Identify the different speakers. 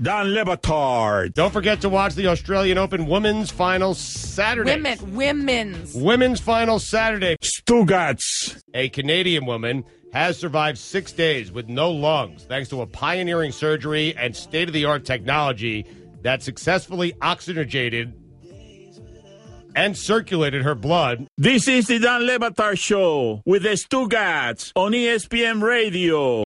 Speaker 1: Don Lebatard.
Speaker 2: Don't forget to watch the Australian Open women's final Saturday.
Speaker 3: Women, women's.
Speaker 2: Women's final Saturday.
Speaker 1: Stugatz.
Speaker 2: A Canadian woman has survived six days with no lungs thanks to a pioneering surgery and state of the art technology that successfully oxygenated and circulated her blood.
Speaker 1: E This is the Don Lebatard Show with the Stugatz on ESPN Radio.